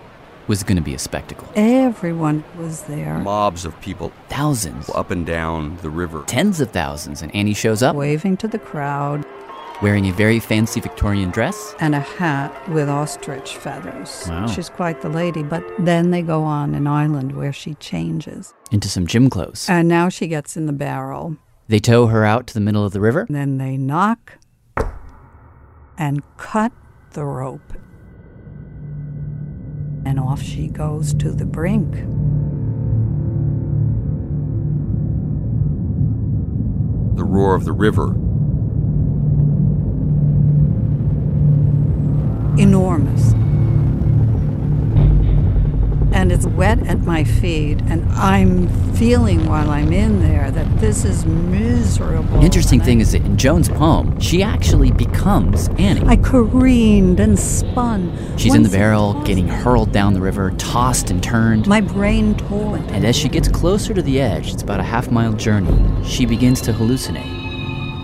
was going to be a spectacle. everyone was there. Mobs of people. Thousands. Up and down the river. Tens of thousands. And Annie shows up Waving to the crowd wearing a very fancy Victorian dress. and a hat with ostrich feathers. Wow. She's quite the lady. But then they go on an island where she changes. Into some gym clothes. And now she gets in the barrel. They tow her out to the middle of the river. Then they knock and cut the rope. And off she goes to the brink. The roar of the river. Enormous. And it's wet at my feet, and I'm feeling while I'm in there that this is miserable. The interesting thing is that in Joan's poem, she actually becomes Annie. I careened and spun. She's in the Once- barrel, getting hurled down the river, tossed and turned. My brain toiling. And as she gets closer to the edge, it's about a half mile journey, she begins to hallucinate.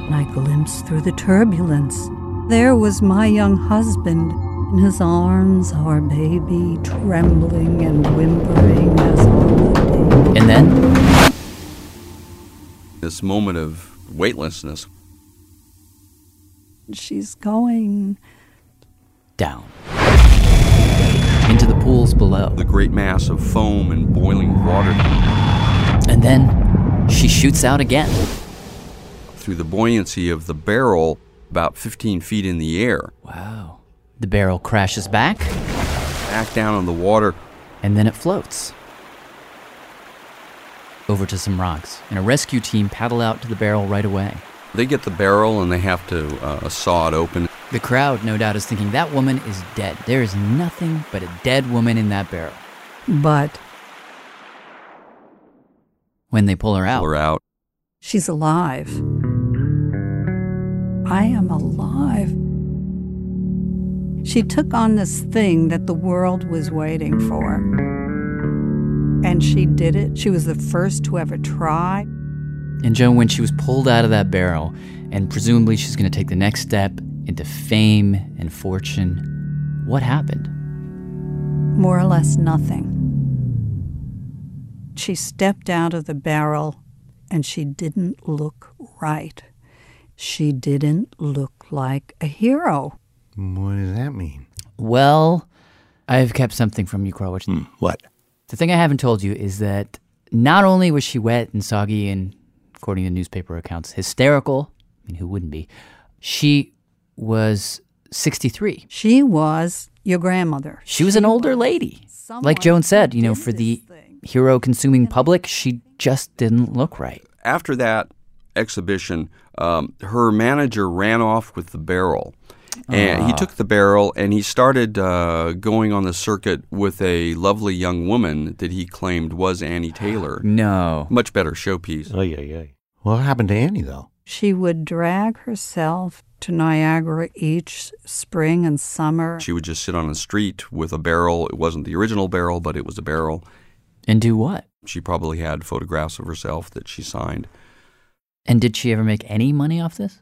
and I glimpsed through the turbulence. There was my young husband. In his arms, our baby trembling and whimpering as And then This moment of weightlessness. she's going. down. Into the pools below. The great mass of foam and boiling water. And then she shoots out again. Through the buoyancy of the barrel, about 15 feet in the air. Wow. The barrel crashes back. Back down on the water. And then it floats. Over to some rocks, and a rescue team paddle out to the barrel right away. They get the barrel and they have to uh, saw it open. The crowd, no doubt, is thinking that woman is dead. There is nothing but a dead woman in that barrel. But When they pull her out, her out. she's alive. I am alive. She took on this thing that the world was waiting for. And she did it. She was the first to ever try. And Joan, when she was pulled out of that barrel, and presumably she's going to take the next step into fame and fortune, what happened? more or less nothing. She stepped out of the barrel and she didn't look right. She didn't look like a hero. What does that mean? Well, I've kept something from you, Krowich. Hmm, what? The thing I haven't told you is that not only was she wet and soggy and, according to newspaper accounts, hysterical, I mean, who wouldn't be? She was 63. She was your grandmother. She was an older lady. Like Joan said, you know, for the hero consuming public, she just didn't look right. After that exhibition, um, her manager ran off with the barrel. And he Ah. took the barrel and he started uh, going on the circuit with a lovely young woman that he claimed was Annie Taylor. [gasps] No. Much better showpiece. Oh, yeah, yeah. What happened to Annie, though? She would drag herself to Niagara each spring and summer. She would just sit on a street with a barrel. It wasn't the original barrel, but it was a barrel. And do what? She probably had photographs of herself that she signed. And did she ever make any money off this?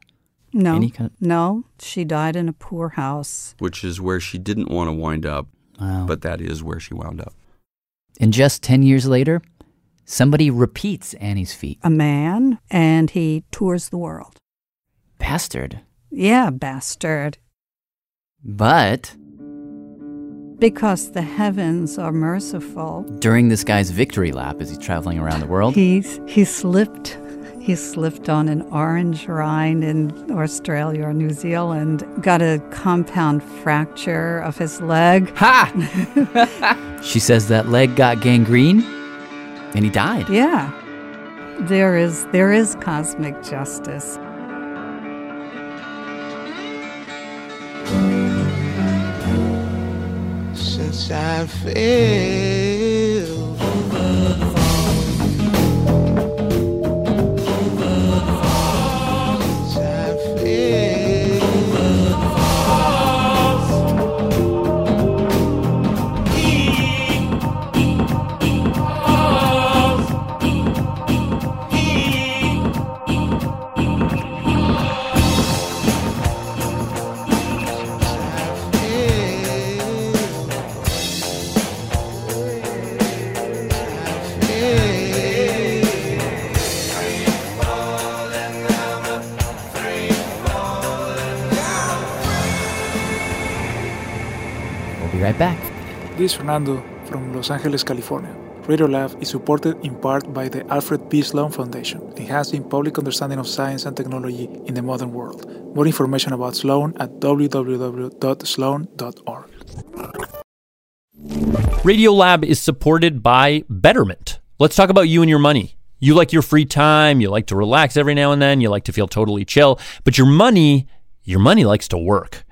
No. Any kind No, she died in a poorhouse. which is where she didn't want to wind up, Wow. but that is where she wound up. And just 10 years later, somebody repeats Annie's feat. A man, and he tours the world. Bastard. Yeah, bastard. But Because the heavens are merciful. Oh. during this guy's victory lap as he's traveling around the world, He, he slipped. He slipped on an orange rind in Australia or New Zealand, got a compound fracture of his leg. [laughs] Ha! She says that leg got gangrene and he died. yeah. There is there is cosmic justice. since I fell. We'll be right back. This is Fernando from Los Angeles, California. Radio Lab is supported in part by the Alfred P. Sloan Foundation, enhancing public understanding of science and technology in the modern world. More information about Sloan at www.sloan.org. Radiolab is supported by Betterment. Let's talk about you and your money. You like your free time, you like to relax every now and then, you like to feel totally chill, but your money, your money likes to work.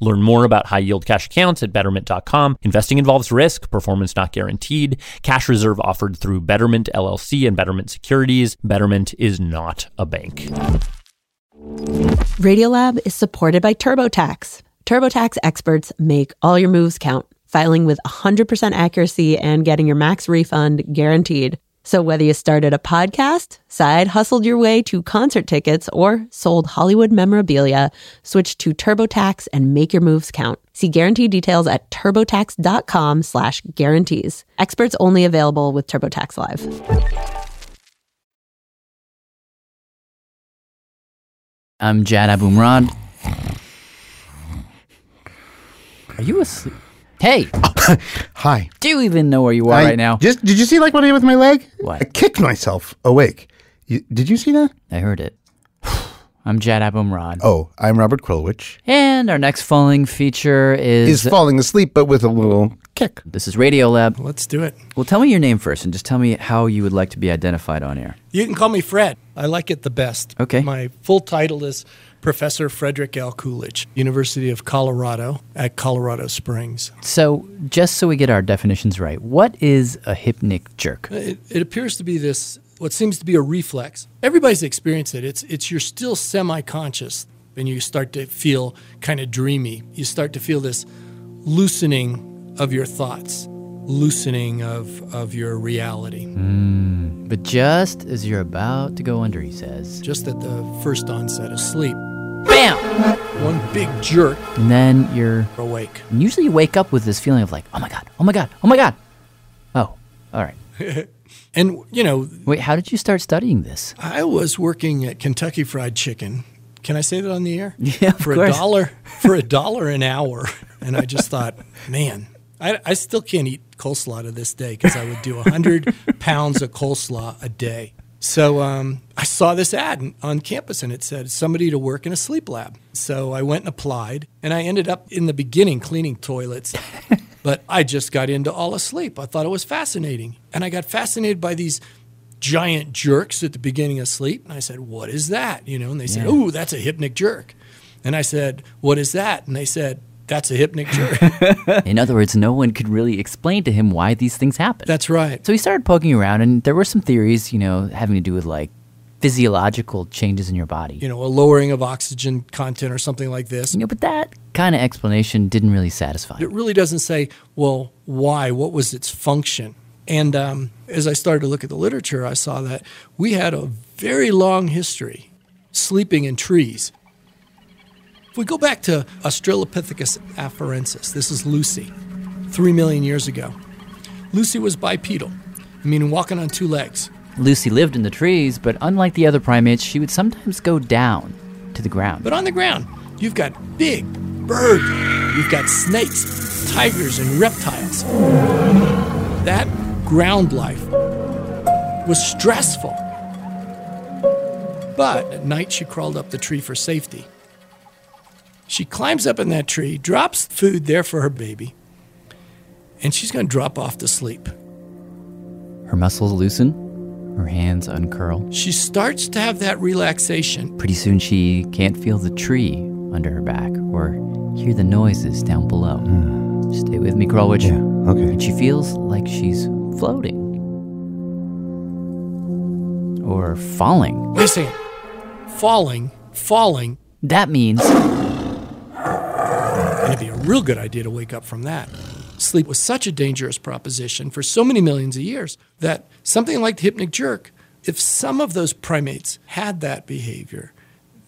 Learn more about high yield cash accounts at betterment.com. Investing involves risk, performance not guaranteed, cash reserve offered through Betterment LLC and Betterment Securities. Betterment is not a bank. Radiolab is supported by TurboTax. TurboTax experts make all your moves count, filing with 100% accuracy and getting your max refund guaranteed. So whether you started a podcast, side hustled your way to concert tickets, or sold Hollywood memorabilia, switch to TurboTax and make your moves count. See guarantee details at turbotax.com slash guarantees. Experts only available with TurboTax Live. I'm Jad Abumrad. Are you asleep? Hey! [laughs] Hi. Do you even know where you are I right now? Just did you see like what I did with my leg? What? I kicked myself awake. You, did you see that? I heard it. [sighs] I'm Jad Abumrad. Oh, I'm Robert Krulwich. And our next falling feature is Is falling asleep, but with a little kick. This is Radiolab. Let's do it. Well, tell me your name first, and just tell me how you would like to be identified on air. You can call me Fred. I like it the best. Okay. My full title is Professor Frederick L. Coolidge, University of Colorado at Colorado Springs. So, just so we get our definitions right, what is a hypnic jerk? It, it appears to be this what seems to be a reflex. Everybody's experienced it. It's it's you're still semi-conscious, and you start to feel kind of dreamy. You start to feel this loosening of your thoughts, loosening of of your reality. Mm, but just as you're about to go under, he says. Just at the first onset of sleep. Bam! One big jerk. And then you're awake. And usually you wake up with this feeling of like, oh my God, oh my God, oh my God. Oh, all right. and, [laughs] you know. Wait, how did you start studying this? I was working at Kentucky Fried Chicken. Can I say that on the air? [laughs] Yeah, of for a course. dollar for a dollar an hour, and I just thought, man, I, I still can't eat coleslaw to this day because I would do hundred pounds of coleslaw a day. So um, I saw this ad in- on campus, and it said somebody to work in a sleep lab. So I went and applied, and I ended up in the beginning cleaning toilets. But I just got into all asleep. I thought it was fascinating. And I got fascinated by these giant jerks at the beginning of sleep. And I said, What is that? You know, and they said, Yeah. Oh, that's a hypnic jerk. And I said, What is that? And they said, That's a [laughs] hypnic [laughs] jerk. In other words, no one could really explain to him why these things happen. That's right. So he started poking around, and there were some theories, you know, having to do with like physiological changes in your body. you know, a lowering of oxygen content or something like this. You know, but that Kind of explanation didn't really satisfy. It really doesn't say, well, why? What was its function? And um, as I started to look at the literature, I saw that we had a very long history sleeping in trees. we go back to Australopithecus afarensis, this is Lucy, three million years ago. Lucy was bipedal, meaning walking on two legs. Lucy lived in the trees, but unlike the other primates, she would sometimes go down to the ground. But on the ground, you've got big birds, you've got snakes, tigers, and reptiles. That ground life was stressful. But at night, she crawled up the tree for safety. She climbs up in that tree, drops food there for her baby, and she's going to drop off to sleep. Her muscles loosen, her hands uncurl. She starts to have that relaxation. Pretty soon, she can't feel the tree under her back or hear the noises down below. Stay with me, Krulwich. Hmm. Yeah, okay. And she feels like she's floating or falling. Wait a second. Falling, falling. That means. And it'd be a real good idea to wake up from that. Sleep was such a dangerous proposition for so many millions of years that something like the hypnic jerk, if some of those primates had that behavior,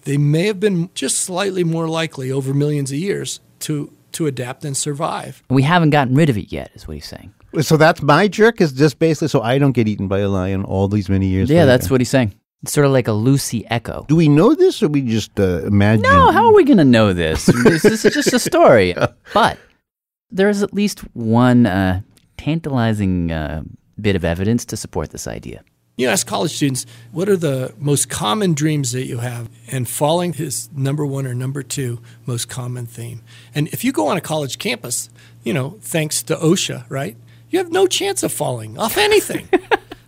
they may have been just slightly more likely over millions of years to, to adapt and survive. We haven't gotten rid of it yet, is what he's [laughs] saying. So that's my jerk is just basically so I don't get eaten by a lion all these many years. Yeah, later. that's what he's saying. It's sort of like a Lucy echo. Do we know this, or we just uh, imagine? No, how are we going to know this? this is just a story. But there is at least one uh, tantalizing uh, bit of evidence to support this idea. You ask college students, what are the most common dreams that you have? And falling is number one or number two most common theme. And if you go on a college campus, you know, thanks to OSHA, right? You have no chance of falling off anything.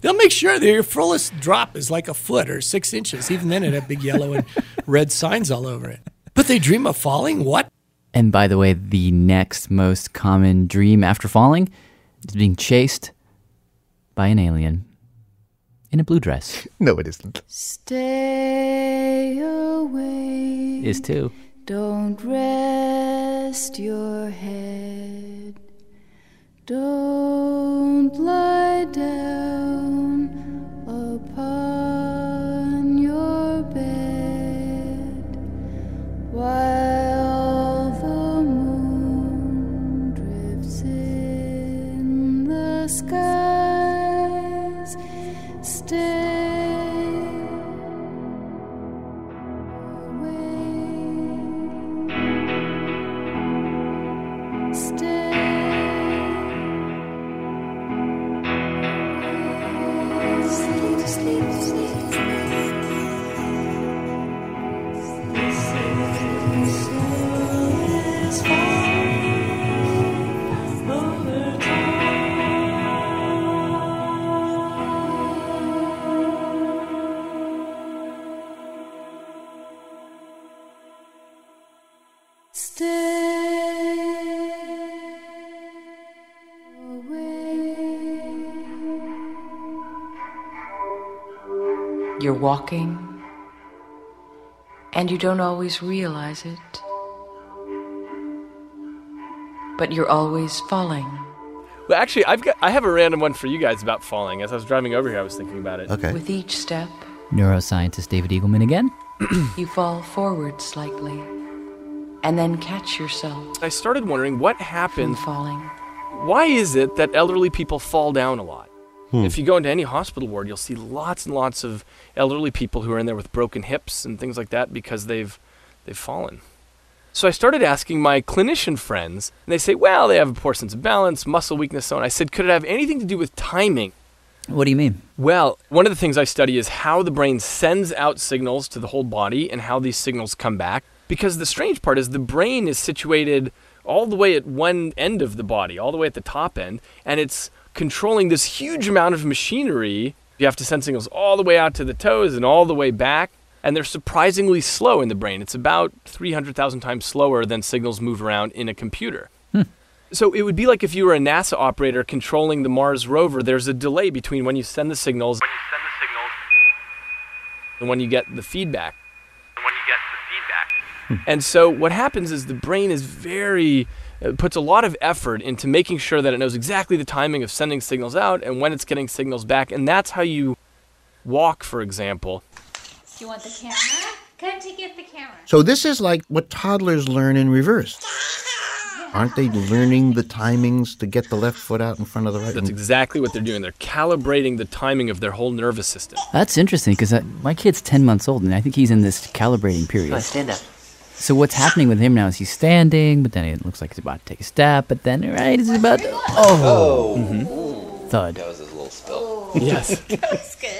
They'll make sure that your fullest drop is like a foot or six inches. Even then, it had big yellow and red signs all over it. But they dream of falling? What? And by the way, the next most common dream after falling is being chased by an alien in a blue dress. [laughs] No, it isn't. Stay away. Is too. Don't rest your head. Don't lie down upon your bed while the moon drifts in the skies. Stay away. Stay. Sleep, sleep, sleep, Stay away. You're walking, and you don't always realize it. But you're always falling. [laughs] Well, actually, I've got I have a random one for you guys about falling. As I was driving over here, I was thinking about it. With each step, Neuroscientist David Eagleman again. you fall forward slightly, and then catch yourself. I started wondering what happened. falling. Why is it that elderly people fall down a lot? Hmm. If you go into any hospital ward, you'll see lots and lots of elderly people who are in there with broken hips and things like that because they've they've fallen. So I started asking my clinician friends, and they say, "Well, they have a poor sense of balance, muscle weakness, so on." I said, "Could it have anything to do with timing?" What do you mean? Well, one of the things I study is how the brain sends out signals to the whole body and how these signals come back. Because the strange part is the brain is situated all the way at one end of the body, all the way at the top end, and it's controlling this huge amount of machinery. You have to send signals all the way out to the toes and all the way back, and they're surprisingly slow in the brain. It's about 300,000 times slower than signals move around in a computer. So it would be like if you were a NASA operator controlling the Mars rover, there's a delay between when you send the signals and when you get the feedback. when you get the feedback. And so what happens is the brain is very uh, puts a lot of effort into making sure that it knows exactly the timing of sending signals out and when it's getting signals back, and that's how you walk, for example. Do you want the camera? Come to get the camera. [laughs] So this is like what toddlers learn in reverse. Aren't they learning the timings to get the left foot out in front of the right? That's And exactly what they're doing. They're calibrating the timing of their whole nervous system. That's interesting because my kid's 10 months old and I think he's in this calibrating period. Come on, stand up. So what's happening with him now is he's standing, but then it looks like he's about to take a step, but then, right, he's about to. Oh! Mhm. Thud. That was his little spill. [laughs] Oh. [laughs] Yes. that was good.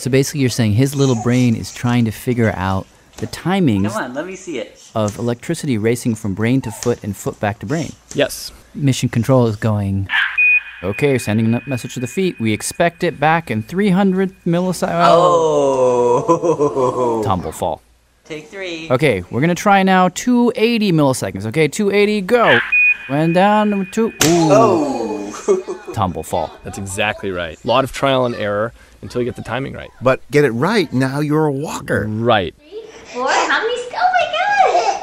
So basically, you're saying his little brain is trying to figure out the timings Come on, let me see it. of electricity racing from brain to foot and foot back to brain. Yes. Mission control is going. Okay, sending a message to the feet. We expect it back in 300 milliseconds. Oh. Tumble fall. Take three. Okay, we're gonna try now 280 milliseconds. Okay, 280, go. Went down to. Ooh. Tumble fall. That's exactly right. A lot of trial and error until you get the timing right. But get it right, now you're a walker. Right. Four, how many? st- Oh my god!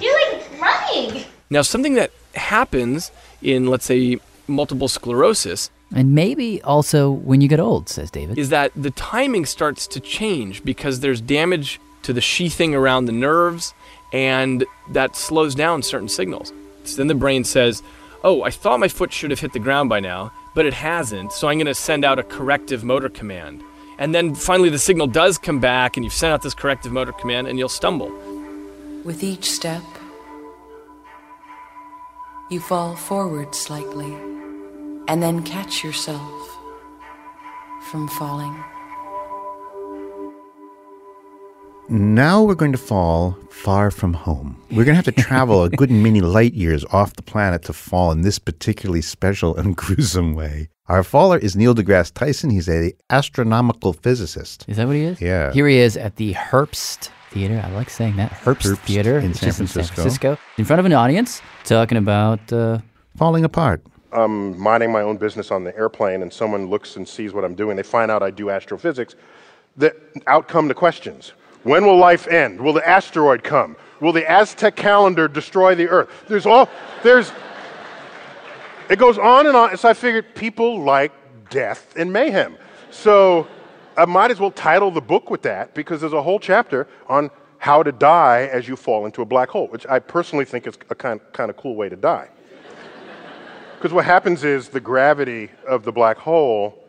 You're like running! Now, something that happens in, let's say, multiple sclerosis And maybe also when you get old, says David. is that the timing starts to change because there's damage to the sheathing around the nerves and that slows down certain signals. So then the brain says, Oh, I thought my foot should have hit the ground by now, but it hasn't, so I'm going to send out a corrective motor command. And then finally the signal does come back and you've sent out this corrective motor command and you'll stumble. With each step, you fall forward slightly and then catch yourself from falling. Now we're going to fall far from home. We're going to have to travel a good many light years off the planet to fall in this particularly special and [laughs] gruesome way. Our faller is Neil deGrasse Tyson. He's a astronomical physicist. Is that what he is? Yeah. Here he is at the Herbst Theater. I like saying that. Herbst, Herbst Theater, in which San is Francisco. In front of an audience talking about. Uh, Falling apart. I'm minding my own business on the airplane and someone looks and sees what I'm doing. They find out I do astrophysics. The outcome to questions. When will life end? Will the asteroid come? Will the Aztec calendar destroy the earth? There's all there's it goes on and on. So I figured people like death and mayhem. So I might as well title the book with that because there's a whole chapter on how to die as you fall into a black hole, which I personally think is a kind, kind of cool way to die. Because what happens is the gravity of the black hole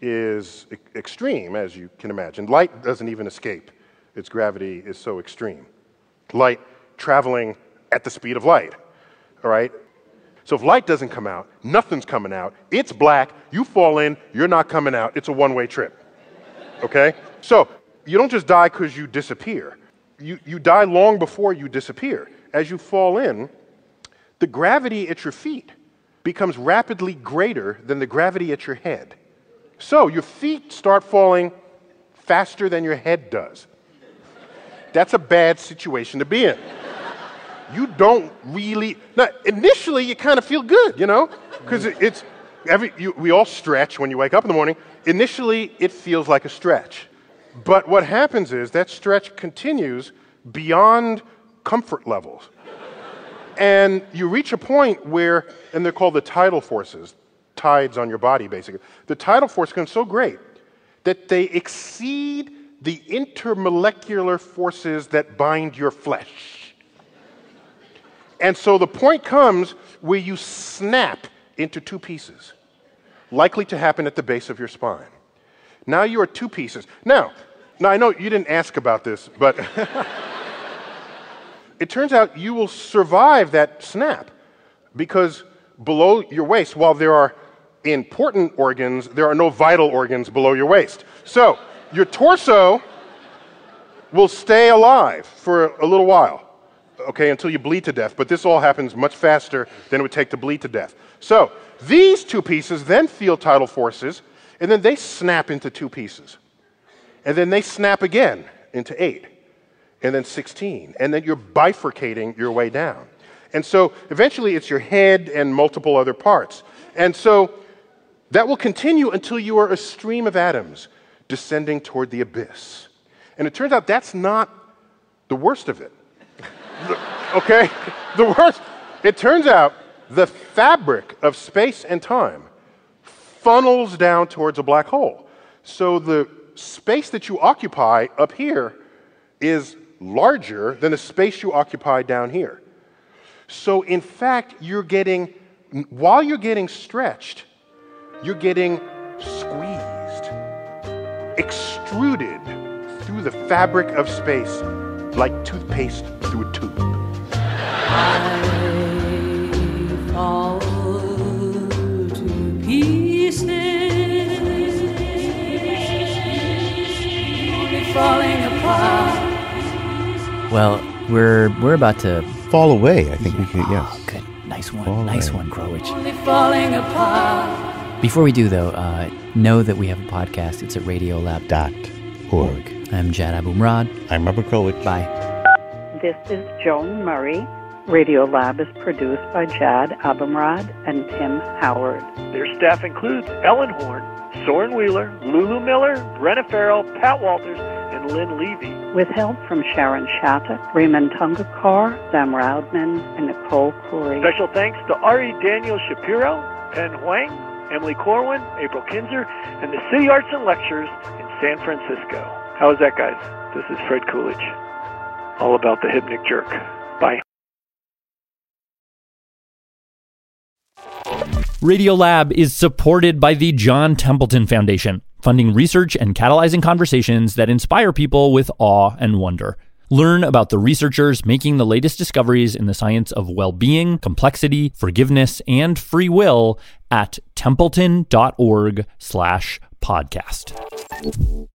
is e- extreme, as you can imagine. Light doesn't even escape, its gravity is so extreme. Light traveling at the speed of light, all right? So if light doesn't come out, nothing's coming out, it's black, you fall in, you're not coming out, it's a one way trip, okay? So you don't just die because you disappear, you, you die long before you disappear. As you fall in, the gravity at your feet becomes rapidly greater than the gravity at your head. So your feet start falling faster than your head does. That's a bad situation to be in. You don't really, now, initially, you kind of feel good, you know? Because it, it's, every, you, we all stretch when you wake up in the morning. Initially, it feels like a stretch. But what happens is that stretch continues beyond comfort levels. And you reach a point where, and they're called the tidal forces, tides on your body, basically. The tidal force becomes so great that they exceed the intermolecular forces that bind your flesh. And so the point comes where you snap into two pieces, likely to happen at the base of your spine. Now you are two pieces. Now, now I know you didn't ask about this, but [laughs] it turns out you will survive that snap because below your waist, while there are important organs, there are no vital organs below your waist. So your torso will stay alive for a little while, okay, until you bleed to death. But this all happens much faster than it would take to bleed to death. So these two pieces then feel tidal forces, and then they snap into two pieces. And then they snap again into eight and then 16. And then you're bifurcating your way down. And so eventually it's your head and multiple other parts. And so that will continue until you are a stream of atoms descending toward the abyss. And it turns out that's not the worst of it. [laughs] okay? The worst. It turns out the fabric of space and time funnels down towards a black hole. So the space that you occupy up here is larger than the space you occupy down here. So, in fact, you're getting, while you're getting stretched, you're getting squeezed, extruded through the fabric of space like toothpaste through a tube. fall to pieces, only falling apart. Well, we're we're about to Oh, fall away. I think we could. Yes. good. Nice one. nice one, Crowwich. Only falling apart. Before we do, though, uh, know that we have a podcast. It's at radiolab.org. I'm Jad Abumrad. I'm Robert Crowwich. Bye. This is Joan Murray. Radio Lab is produced by Jad Abumrad and Tim Howard. Their staff includes Ellen Horn, Soren Wheeler, Lulu Miller, Brenna Farrell, Pat Walters, and Lynn Levy. With help from Sharon Shattuck, Raymond Tungakar, Sam Roudman, and Nicole Corey. Special thanks to Ari Daniel Shapiro, Penn Huang, Emily Corwin, April Kinzer, and the City Arts and Lectures in San Francisco. How is that, guys? This is Fred Coolidge, all about the hypnic jerk. Bye. Radiolab is supported by the John Templeton Foundation, funding research and catalyzing conversations that inspire people with awe and wonder. Learn about the researchers making the latest discoveries in the science of well being, complexity, forgiveness, and free will at templeton.org slash podcast.